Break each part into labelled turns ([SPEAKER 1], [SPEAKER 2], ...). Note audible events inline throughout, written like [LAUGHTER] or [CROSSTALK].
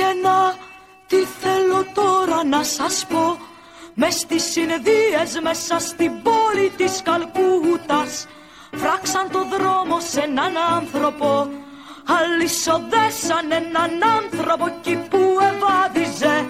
[SPEAKER 1] κενά Τι θέλω τώρα να σας πω μες στις συνδύες μέσα στην πόλη της Καλκούτας Φράξαν το δρόμο σε έναν άνθρωπο Αλυσοδέσαν έναν άνθρωπο εκεί που ευάδιζε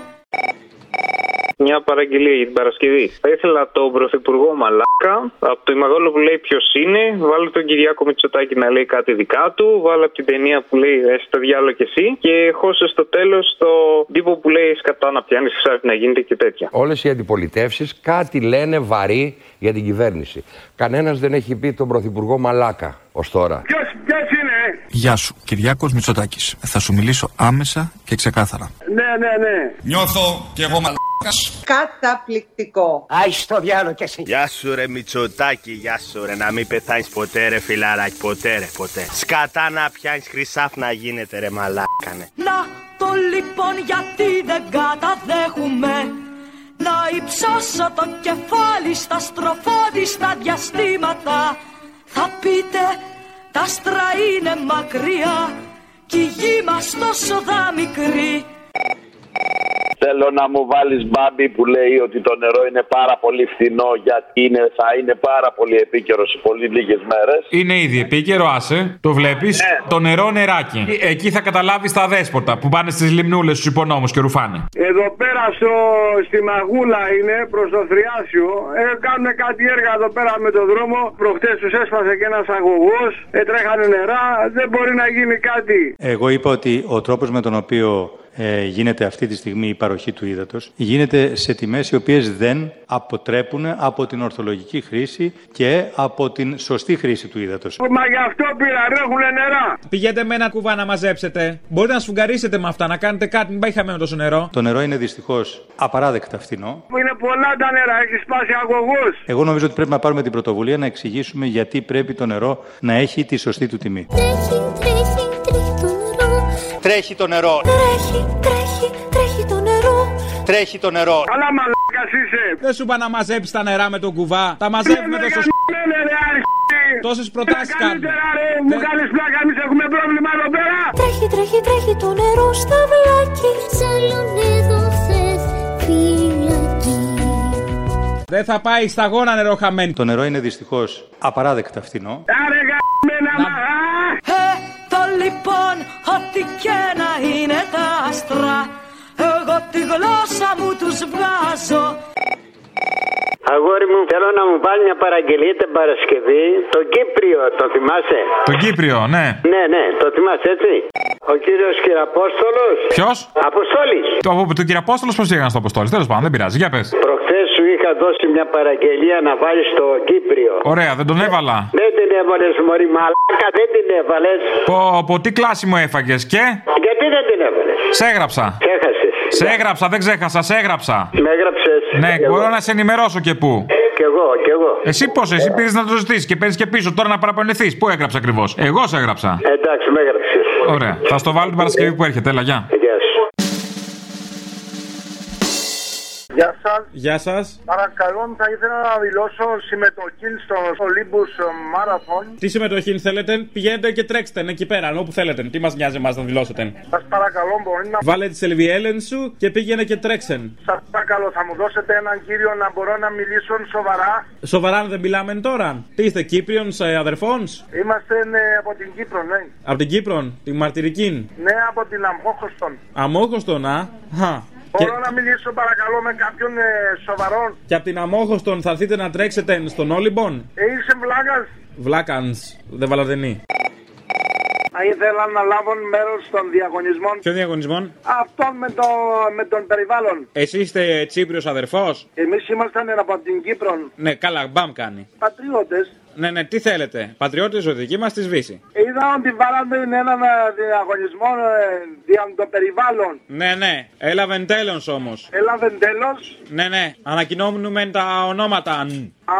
[SPEAKER 2] μια παραγγελία για την Παρασκευή. Θα ήθελα τον Πρωθυπουργό Μαλάκα, από το Ημαγόλο που λέει ποιος είναι, βάλω τον Κυριάκο Μητσοτάκη να λέει κάτι δικά του, βάλω από την ταινία που λέει Εσύ το διάλογο και εσύ, και χώσω στο τέλος το τύπο που λέει Σκατά να πιάνεις, ξάρτη να γίνεται και τέτοια.
[SPEAKER 3] Όλες οι αντιπολιτεύσεις κάτι λένε βαρύ για την κυβέρνηση. Κανένας δεν έχει πει τον Πρωθυπουργό Μαλάκα ως τώρα.
[SPEAKER 4] Ποιος, ποιος είναι? ε?
[SPEAKER 5] Γεια σου, Κυριάκος Μητσοτάκης. Θα σου μιλήσω άμεσα και ξεκάθαρα.
[SPEAKER 4] Ναι, ναι, ναι.
[SPEAKER 5] Νιώθω και εγώ μαλάκας.
[SPEAKER 6] Καταπληκτικό.
[SPEAKER 7] Άι στο διάλογο κι εσύ.
[SPEAKER 8] Γεια σου ρε Μητσοτάκη, γεια σου ρε. Να μην πεθάνεις ποτέ ρε φιλαράκι, ποτέ ρε, ποτέ. Σκατά να πιάνεις χρυσάφ να γίνεται ρε μαλάκανε.
[SPEAKER 1] Να το λοιπόν γιατί δεν καταδέχουμε Να υψώσω το κεφάλι στα στροφόδιστα διαστήματα Θα πείτε τα άστρα είναι μακριά Κι η γη μας τόσο δα μικρή
[SPEAKER 9] Θέλω να μου βάλεις μπάμπι που λέει ότι το νερό είναι πάρα πολύ φθηνό γιατί είναι, θα είναι πάρα πολύ επίκαιρος σε πολύ λίγες μέρες.
[SPEAKER 10] Είναι ήδη επίκαιρο, άσε. Το βλέπεις. Το νερό νεράκι. Ε- Εκεί θα καταλάβεις τα δέσποτα που πάνε στις λιμνούλες στους υπονόμους και ρουφάνε.
[SPEAKER 4] Εδώ πέρα στο, στη Μαγούλα είναι προς το Θριάσιο. Ε, κάνουν κάτι έργα εδώ πέρα με το δρόμο. Προχτές τους έσπασε και ένας αγωγός. Ε, τρέχανε νερά. Δεν μπορεί να γίνει κάτι.
[SPEAKER 11] Εγώ είπα ότι ο τρόπος με τον οποίο ε, γίνεται αυτή τη στιγμή η παροχή του ύδατος γίνεται σε τιμές οι οποίες δεν αποτρέπουν από την ορθολογική χρήση και από την σωστή χρήση του ύδατος.
[SPEAKER 4] Μα γι' αυτό πήρα, ρέχουν νερά.
[SPEAKER 12] Πηγαίνετε με ένα κουβά να μαζέψετε. Μπορείτε να σφουγγαρίσετε με αυτά, να κάνετε κάτι, μην πάει χαμένο τόσο νερό.
[SPEAKER 11] Το νερό είναι δυστυχώς απαράδεκτα φθηνό.
[SPEAKER 4] Είναι πολλά τα νερά, έχεις σπάσει αγωγό.
[SPEAKER 11] Εγώ νομίζω ότι πρέπει να πάρουμε την πρωτοβουλία να εξηγήσουμε γιατί πρέπει το νερό να έχει τη σωστή του τιμή.
[SPEAKER 13] Τρέχει, τρέχει, τρέχει το νερό.
[SPEAKER 11] Τρέχει το νερό.
[SPEAKER 13] Τρέχει, τρέχει, τρέχει το νερό.
[SPEAKER 11] Τρέχει το νερό.
[SPEAKER 4] Αλλά μαλάκας είσαι.
[SPEAKER 12] Δεν σου είπα να μαζέψεις τα νερά με τον κουβά. Τα μαζεύουμε τόσο σ... Τόσες προτάσεις κάνουμε.
[SPEAKER 4] Καλύτερα, ρε, μου κάνεις πλάκα, εμείς έχουμε πρόβλημα εδώ πέρα.
[SPEAKER 13] Τρέχει, τρέχει, τρέχει το νερό στα βλάκι. Σαλονέ εδώ θες φυλακή.
[SPEAKER 12] Δεν θα πάει στα γόνα νερό χαμένη.
[SPEAKER 11] Το νερό είναι δυστυχώς απαράδεκτα φθηνό.
[SPEAKER 4] Άρε γαμμένα μαγά.
[SPEAKER 1] Ε, το λοιπόν ότι και να είναι τα άστρα Εγώ τη γλώσσα μου τους βγάζω
[SPEAKER 14] Αγόρι μου, θέλω να μου βάλει μια παραγγελία την Παρασκευή. Το Κύπριο, το θυμάσαι.
[SPEAKER 10] Τον Κύπριο, ναι.
[SPEAKER 14] Ναι, ναι, το θυμάσαι έτσι. Ο κύριος Κυραπόστολος.
[SPEAKER 10] Ποιος?
[SPEAKER 14] Αποστόλης.
[SPEAKER 10] Το, από τον κύριο Απόστολο πώ ήρθαν στο Αποστόλη. Τέλος πάντων, δεν πειράζει. Για πες.
[SPEAKER 14] Προχθές σου είχα δώσει μια παραγγελία να βάλεις στο Κύπριο.
[SPEAKER 10] Ωραία, δεν τον έβαλα.
[SPEAKER 14] Δεν την έβαλες, Μωρή Μαλάκα, δεν την έβαλες.
[SPEAKER 10] Πω, πω, τι κλάση μου έφαγες και.
[SPEAKER 14] Γιατί δεν την έβαλες.
[SPEAKER 10] Σε έγραψα.
[SPEAKER 14] Έχασε.
[SPEAKER 10] Σε έγραψα, δεν ξέχασα, σε έγραψα.
[SPEAKER 14] Με έγραψες.
[SPEAKER 10] Ναι, μπορώ να σε ενημερώσω και πού.
[SPEAKER 14] Κι εγώ, κι εγώ.
[SPEAKER 10] Εσύ πώς, εσύ πήρες να το ζητήσεις και παίρνεις και πίσω τώρα να παραπονεθείς. Πού έγραψα ακριβώς. Εγώ σε έγραψα.
[SPEAKER 14] Εντάξει, με έγραψες.
[SPEAKER 10] Ωραία. Θα στο βάλω την Παρασκευή που έρχεται. Έλα, γεια.
[SPEAKER 14] Γεια σου.
[SPEAKER 4] Γεια σας.
[SPEAKER 12] Γεια σας.
[SPEAKER 4] Παρακαλώ, θα ήθελα να δηλώσω συμμετοχή στο Olympus Marathon.
[SPEAKER 12] Τι συμμετοχή θέλετε, πηγαίνετε και τρέξτε εκεί πέρα, όπου θέλετε. Τι μας νοιάζει εμάς να δηλώσετε.
[SPEAKER 4] Σας παρακαλώ, μπορεί να.
[SPEAKER 12] Βάλε τη σελβιέλεν σου και πήγαινε και τρέξεν.
[SPEAKER 4] Σας παρακαλώ, θα μου δώσετε έναν κύριο να μπορώ να μιλήσω σοβαρά.
[SPEAKER 12] Σοβαρά δεν μιλάμε τώρα. Τι είστε, Κύπριον αδερφών.
[SPEAKER 4] Είμαστε ναι, από την Κύπρο, ναι.
[SPEAKER 12] Από την Κύπρο, τη μαρτυρική.
[SPEAKER 4] Ναι, από την Αμχόχωστον.
[SPEAKER 12] Αμόχωστον, α. Χα. Και,
[SPEAKER 4] Μπορώ να μιλήσω παρακαλώ με κάποιον ε, σοβαρό.
[SPEAKER 12] και από την Αμόχωστον θα έρθετε να τρέξετε στον Όλυμπον.
[SPEAKER 4] Ε, Είσαι βλάκας.
[SPEAKER 12] Βλάκαν, δεν βαλαδενή.
[SPEAKER 4] Θα ήθελα να λάβω μέρος των διαγωνισμών
[SPEAKER 12] Ποιο διαγωνισμό,
[SPEAKER 4] αυτών με, το, με τον περιβάλλον.
[SPEAKER 12] Εσύ είστε Τσίπριος αδερφός.
[SPEAKER 4] Εμείς ήμασταν από την Κύπρο
[SPEAKER 12] Ναι, καλά, μπαμ κάνει.
[SPEAKER 4] πατριώτες.
[SPEAKER 12] Ναι, ναι, τι θέλετε. Πατριώτες ζωική μας της Βύση.
[SPEAKER 4] Είδα ότι βάλανε έναν ε, διαγωνισμό ε, δια το περιβάλλον.
[SPEAKER 12] Ναι, ναι, έλαβεν τέλος όμως.
[SPEAKER 4] Έλαβε τέλος.
[SPEAKER 12] Ναι, ναι, ανακοινώνουμε τα ονόματα. ν.
[SPEAKER 4] Α,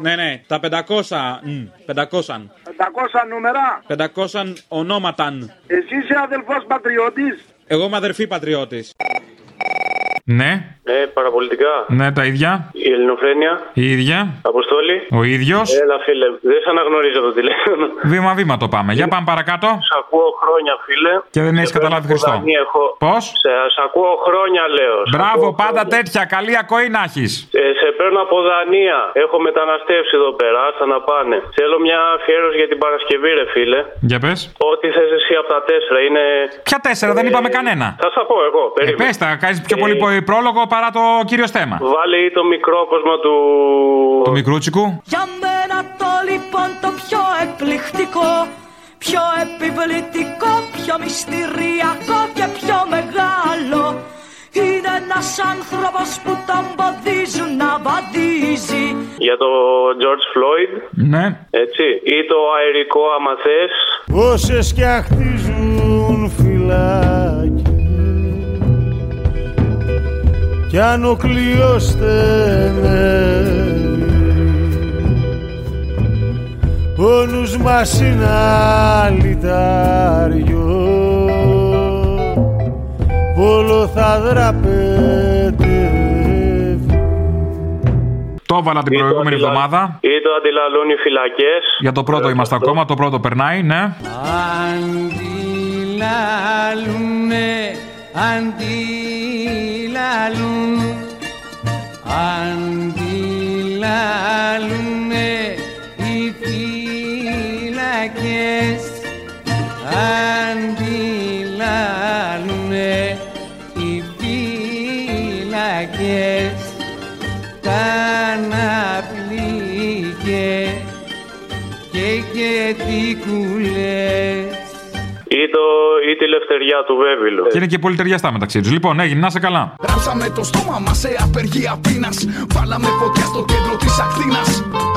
[SPEAKER 12] Ναι, ναι, τα 500. ν, 500.
[SPEAKER 4] 500 νούμερα.
[SPEAKER 12] 500 ονόματα. ν.
[SPEAKER 4] Εσύ είσαι αδελφός πατριώτης.
[SPEAKER 12] Εγώ είμαι αδερφή πατριώτης.
[SPEAKER 10] Ναι,
[SPEAKER 7] Ναι, παραπολιτικά.
[SPEAKER 10] ναι, τα ίδια.
[SPEAKER 7] Η ελληνοφρένεια.
[SPEAKER 10] Η ίδια.
[SPEAKER 7] Αποστόλη.
[SPEAKER 10] Ο ίδιος.
[SPEAKER 7] Έλα, φίλε. Δεν σε αναγνωρίζω το τηλέφωνο.
[SPEAKER 10] Βήμα-βήμα το πάμε. Για πάμε παρακάτω.
[SPEAKER 7] Σ' ακούω χρόνια, φίλε.
[SPEAKER 10] Και δεν έχεις καταλάβει Χριστό. Πώς?
[SPEAKER 7] Σε, σ' ακούω χρόνια, λέω. Σ' ακούω
[SPEAKER 10] Μπράβο, πάντα
[SPEAKER 7] χρόνια.
[SPEAKER 10] τέτοια. Καλή ακοή να έχεις.
[SPEAKER 7] Ε, σε παίρνω από Δανία. Έχω μεταναστεύσει εδώ πέρα. Άστα να πάνε. Θέλω μια αφιέρωση για την Παρασκευή, ρε φίλε.
[SPEAKER 10] Για πες.
[SPEAKER 7] Ό,τι θες εσύ από τα τέσσερα είναι.
[SPEAKER 10] Ποια τέσσερα, δεν είπαμε Ε, κανένα.
[SPEAKER 7] Θα σα πω εγώ.
[SPEAKER 10] Ε,
[SPEAKER 7] Περίμενε.
[SPEAKER 10] πες τα, κάνεις πιο πολύ πο- πρόλογο παρά το κύριο θέμα.
[SPEAKER 7] Βάλε ή το μικρό κόσμο του.
[SPEAKER 10] Του μικρούτσικου.
[SPEAKER 1] Για μένα το λοιπόν το πιο εκπληκτικό Πιο επιβλητικό, πιο μυστηριακό και πιο μεγάλο Είναι ένας άνθρωπος που τον εμποδίζουν να βαδίζει
[SPEAKER 7] Για το George Floyd.
[SPEAKER 10] Ναι.
[SPEAKER 7] Έτσι. Ή το αερικό, άμα θες.
[SPEAKER 15] Πόσες κι αχτίζουν φυλάκια κι αν ο κλειός στενεύει ο νους μας είναι αλυτάριο πόλο θα δραπετεύει
[SPEAKER 10] Το έβαλα την προηγούμενη εβδομάδα.
[SPEAKER 7] Ή το αντιλαλούν οι φυλακές. Ε,
[SPEAKER 10] Για το πρώτο είμαστε ακόμα, το πρώτο περνάει, ναι.
[SPEAKER 16] Αντιλαλούνε, αντιλαλούν, αντιλαλούνε οι φυλακές, αντιλαλούνε οι φυλακές, καναπλήκες και κετικούλες.
[SPEAKER 7] Ή, το, ή τη λευτεριά του Βέβυλου.
[SPEAKER 10] Και είναι και πολύ ταιριαστά μεταξύ τους. Λοιπόν, έγινε, να σε καλά.
[SPEAKER 17] Ράψαμε το στόμα μας σε απεργία πείνας. Βάλαμε φωτιά στο κέντρο της Αθήνα.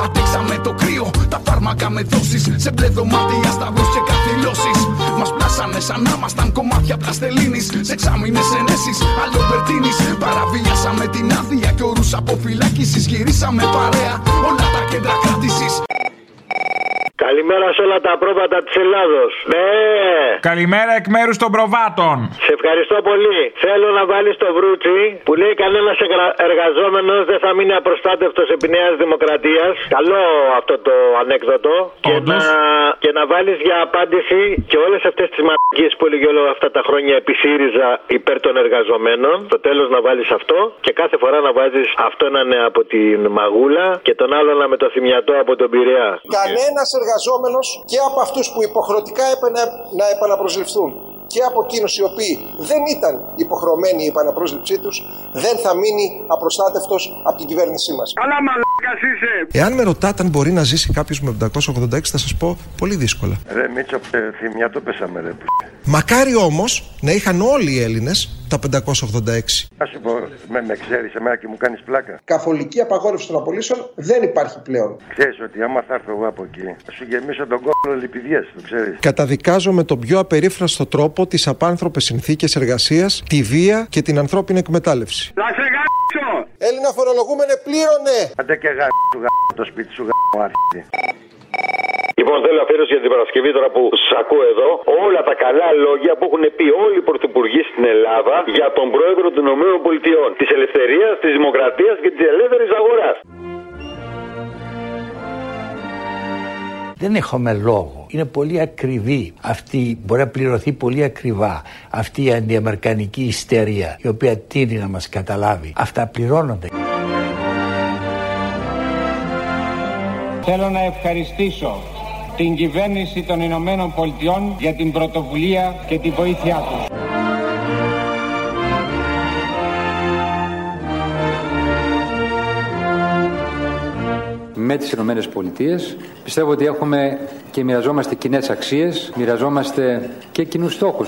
[SPEAKER 17] Αντέξαμε το κρύο, τα φάρμακα με δόσεις. Σε μπλε δωμάτια, σταυρού και καθυλώσεις. Μας πλάσανε σαν να ήμασταν κομμάτια πλαστελίνης. Σε εξάμεινε ενέσει, αλλοπερτίνη. Παραβιάσαμε την άδεια και όρου αποφυλάκησης. Γυρίσαμε παρέα όλα τα κέντρα κράτησης.
[SPEAKER 18] Καλημέρα σε όλα τα πρόβατα της Ελλάδος. Ναι,
[SPEAKER 10] Καλημέρα εκ μέρους των προβάτων.
[SPEAKER 18] σε ευχαριστώ πολύ. Θέλω να βάλεις το βρούτσι που λέει κανένας εγρα- εργαζόμενος δεν θα μείνει απροστάτευτος επί Νέας Δημοκρατίας. Καλό αυτό το ανέκδοτο. Και να, και να βάλεις για απάντηση και όλες αυτές τις μαρτυρίες που έλεγε όλα αυτά τα χρόνια επί ΣΥΡΙΖΑ υπέρ των εργαζομένων. Το τέλος να βάλεις αυτό και κάθε φορά να βάζεις αυτόν να είναι από την Μαγούλα και τον άλλον να με το θυμιατό από τον Πειραιά.
[SPEAKER 19] Κανένας εργαζόμενος και από αυτούς που υποχρεωτικά έπαιρνε να επαναπροσληφθούν και από εκείνους οι οποίοι δεν ήταν υποχρεωμένοι η επαναπρόσληψή τους δεν θα μείνει απροστάτευτος από την κυβέρνησή μας.
[SPEAKER 4] Καλά μαλάκας είσαι.
[SPEAKER 20] Εάν με ρωτάτε αν μπορεί να ζήσει κάποιος με 786, θα σας πω πολύ δύσκολα.
[SPEAKER 21] Ρε Μίτσο, ε, θυμιά το πέσαμε ρε.
[SPEAKER 20] Μακάρι όμως να είχαν όλοι οι Έλληνες τα 586.
[SPEAKER 21] Να σου πω, με, με ξέρεις εμένα και μου κάνεις πλάκα.
[SPEAKER 19] Καθολική απαγόρευση των απολύσεων δεν υπάρχει πλέον.
[SPEAKER 21] Ξέρεις ότι άμα θα έρθω εγώ από εκεί, θα σου γεμίσω τον κόλλο λιπηδιές, το ξέρεις.
[SPEAKER 20] Καταδικάζω με τον πιο απερίφραστο τρόπο τι απάνθρωπες συνθήκες εργασίας, τη βία και την ανθρώπινη εκμετάλλευση.
[SPEAKER 4] Θα σε γαμίσω. Έλληνα φορολογούμενε πλήρωνε.
[SPEAKER 21] Άντε και γα... του γα... το σπίτι σου γα... αρχίδι.
[SPEAKER 18] Λοιπόν, θέλω αφιέρωση για την Παρασκευή τώρα που σα ακούω εδώ. Όλα τα καλά λόγια που έχουν πει όλοι οι πρωθυπουργοί στην Ελλάδα για τον πρόεδρο των ΗΠΑ, της ελευθερίας, της δημοκρατίας και της ελεύθερης αγοράς.
[SPEAKER 22] Δεν έχουμε λόγο. Είναι πολύ ακριβή αυτή, μπορεί να πληρωθεί πολύ ακριβά αυτή η αντιαμερικανική ιστέρια η οποία τίνει να μας καταλάβει. Αυτά πληρώνονται.
[SPEAKER 23] Θέλω να ευχαριστήσω την κυβέρνηση των Ηνωμένων Πολιτειών για την πρωτοβουλία και τη βοήθειά τους.
[SPEAKER 24] Ε, με τις Ηνωμένες Πολιτείες. Πιστεύω ότι έχουμε και μοιραζόμαστε κοινές αξίες, μοιραζόμαστε και κοινούς στόχους.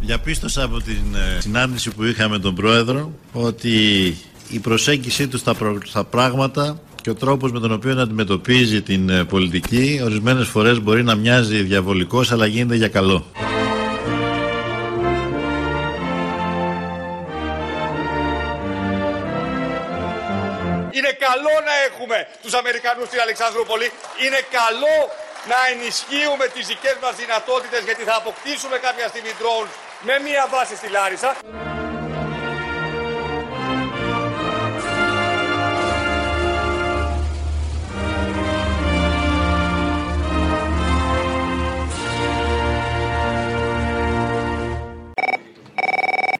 [SPEAKER 25] Διαπίστωσα από την ε, συνάντηση που είχα με τον Πρόεδρο ότι η προσέγγιση του στα, προ- στα πράγματα και ο τρόπος με τον οποίο αντιμετωπίζει την ε, πολιτική ορισμένες φορές μπορεί να μοιάζει διαβολικός αλλά γίνεται για καλό.
[SPEAKER 26] Είναι καλό να έχουμε τους Αμερικανούς στην Αλεξανδρούπολη. Είναι καλό
[SPEAKER 2] να ενισχύουμε τις δικές μας δυνατότητες γιατί θα αποκτήσουμε κάποια στιγμή drones με μία βάση στη Λάρισα.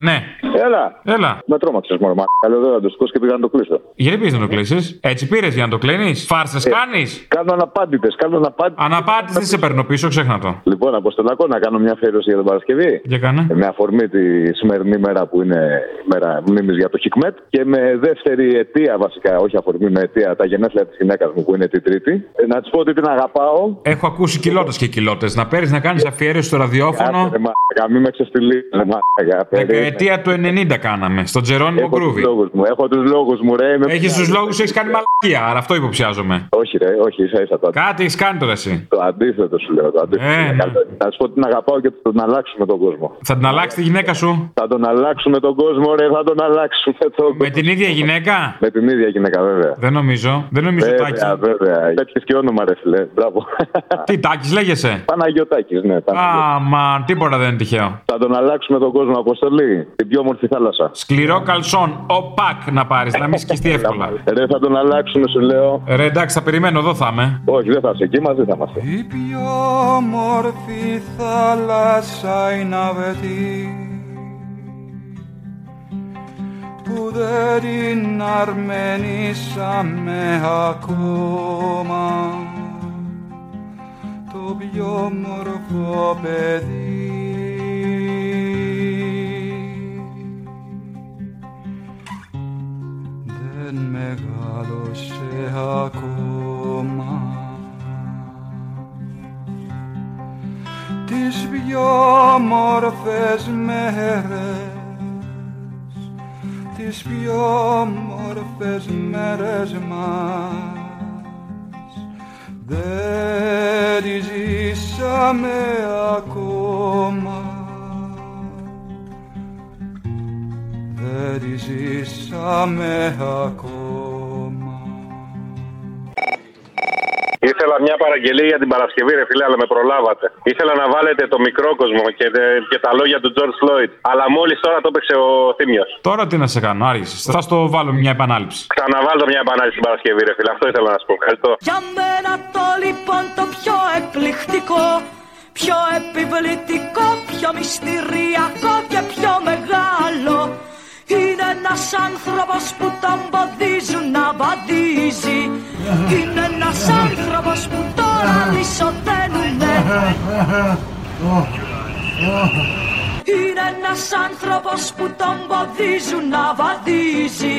[SPEAKER 10] Ναι.
[SPEAKER 3] Έλα.
[SPEAKER 10] Έλα.
[SPEAKER 3] Με τρόμαξες μόνο, μα. Καλό δεν θα το σκόσω και πήγα να το κλείσω.
[SPEAKER 10] Γιατί πήγες να το κλείσεις. Έτσι πήρες για να το κλείνει.
[SPEAKER 3] Ε.
[SPEAKER 10] Φάρσε κάνεις.
[SPEAKER 3] Κάνω αναπάντητες. Κάνω αναπάντητες.
[SPEAKER 10] Αναπάντητες δεν σε παίρνω πίσω, ξέχνα το.
[SPEAKER 3] Λοιπόν, Αποστολακό, να κάνω μια αφιέρωση για την Παρασκευή.
[SPEAKER 10] Για κάνε.
[SPEAKER 3] Ε, Με αφορμή τη σημερινή μέρα που είναι η μέρα μνήμης για το Χικμέτ. Και με δεύτερη αιτία, βασικά, όχι αφορμή, με αιτία τα γενέθλια της γυναίκας μου που είναι την Τρίτη. Ε, Να της πω ότι την αγαπάω.
[SPEAKER 10] Έχω ακούσει κοιλώτες και κοιλώτες. Να παίρνεις να κάνεις αφιέρωση στο ραδιόφωνο.
[SPEAKER 3] Ρε μαλάκα, Μην με ξεφτυλίζεις, ρε μαλάκα, παιδί.
[SPEAKER 10] Δεκαετία Ε, του 90 κάναμε. Στον Τζερόνιμο
[SPEAKER 3] Έχω τους
[SPEAKER 10] Γκρούβι.
[SPEAKER 3] λόγους μου, έχω τους λόγους μου, ρε. με
[SPEAKER 10] Έχει
[SPEAKER 3] πειράζει.
[SPEAKER 10] του λόγους, έχεις κάνει μαλακία. Άρα αυτό υποψιάζομαι.
[SPEAKER 3] Όχι, ρε, όχι, ίσα ίσα το
[SPEAKER 10] Κάτι έχεις κάνει τώρα εσύ.
[SPEAKER 3] Το αντίθετο σου λέω. Το
[SPEAKER 10] Ε,
[SPEAKER 3] αντίθετο.
[SPEAKER 10] ναι.
[SPEAKER 3] Θα σου πω την αγαπάω και τον αλλάξουμε τον κόσμο.
[SPEAKER 10] Θα την αλλάξει τη γυναίκα σου.
[SPEAKER 3] Θα τον αλλάξουμε τον κόσμο, ρε, θα τον αλλάξουμε τον κόσμο.
[SPEAKER 10] Με την ίδια γυναίκα.
[SPEAKER 3] Με την ίδια γυναίκα, βέβαια.
[SPEAKER 10] Δεν νομίζω. Δεν νομίζω
[SPEAKER 3] βέβαια,
[SPEAKER 10] Τάκης.
[SPEAKER 3] βέβαια. Τέτοιες και όνομα, ρε, φιλέ. Μπράβο.
[SPEAKER 10] Τι Τάκης λέγεσαι.
[SPEAKER 3] Παναγιωτάκης, ναι. Παναγιωτάκης.
[SPEAKER 10] Αμαν, τίποτα δεν είναι τυχαίο.
[SPEAKER 3] Θα τον αλλάξουμε τον κόσμο, Αποστολή. Την πιο όμορφη θάλασσα.
[SPEAKER 10] Σκληρό καλσόν, οπακ να πάρεις, να μην σκιστεί εύκολα.
[SPEAKER 3] [LAUGHS] Ρε, θα τον αλλάξουμε, σου λέω.
[SPEAKER 10] Ρε, εντάξει, θα περιμένω, εδώ θα είμαι.
[SPEAKER 3] Όχι, δεν θα είσαι εκεί, μαζί θα είμαστε.
[SPEAKER 16] πιο όμορφη θάλασσα είναι αυτή που δεν την αρμενήσαμε ακόμα το πιο όμορφο παιδί δεν μεγάλωσε ακόμα τις πιο όμορφες μέρες τις πιο όμορφες μέρες μας δεν τις ζήσαμε ακόμα δεν τις ζήσαμε ακόμα
[SPEAKER 9] Ήθελα μια παραγγελία για την Παρασκευή, ρε φίλε, αλλά με προλάβατε. Ήθελα να βάλετε το μικρό κόσμο και, και τα λόγια του George Floyd. Αλλά μόλις τώρα το έπαιξε ο Θήμιος.
[SPEAKER 10] Τώρα τι να σε κάνω, άργησες. Θα στο βάλω μια επανάληψη.
[SPEAKER 9] Ξαναβάλω μια επανάληψη στην Παρασκευή, ρε φίλε. Αυτό ήθελα να σου πω. Ευχαριστώ.
[SPEAKER 1] Για μένα το λοιπόν το πιο εκπληκτικό Πιο επιβλητικό, πιο μυστηριακό και πιο μεγάλο Είναι ένας άνθρωπος που τον εμποδίζουν να βαδίζει Είναι ένας άνθρωπος που τώρα λυσοτένουνε Είναι ένας άνθρωπος που τον εμποδίζουν να βαδίζει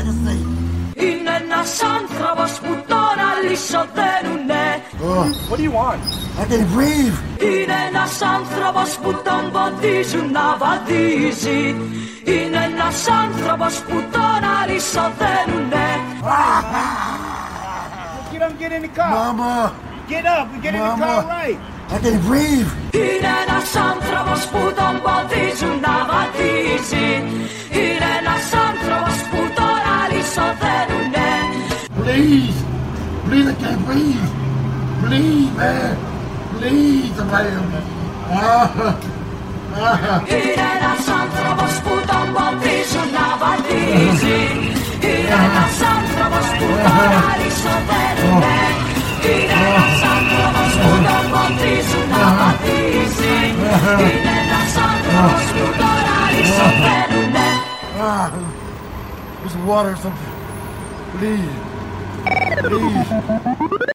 [SPEAKER 1] Είναι ένας άνθρωπος που τώρα λυσοδένουνε What do you want? Oh. I can breathe Είναι ένας άνθρωπος που τον βοδίζουν να βαδίζει Είναι ένας άνθρωπος που τώρα λυσοδένουνε
[SPEAKER 16] Get up, get in the car. Mama. Get up and get in the car right.
[SPEAKER 1] I can breathe Είναι ένας άνθρωπος που τον βοδίζουν να βαδίζει Είναι ένας άνθρωπος που τώρα λυσοδένουνε
[SPEAKER 5] Please, please, I can't breathe. Please, man. Please, somebody help me. Ah, ah.
[SPEAKER 1] Είναι ένας άνθρωπος που τον βοδίζουν να βαδίζει Είναι ένας άνθρωπος που τον αριστοδένουνε Είναι ένας άνθρωπος που τον βοδίζουν να βαδίζει Είναι ένας άνθρωπος που τον αριστοδένουνε
[SPEAKER 5] Ah, there's water or something. Please. Please.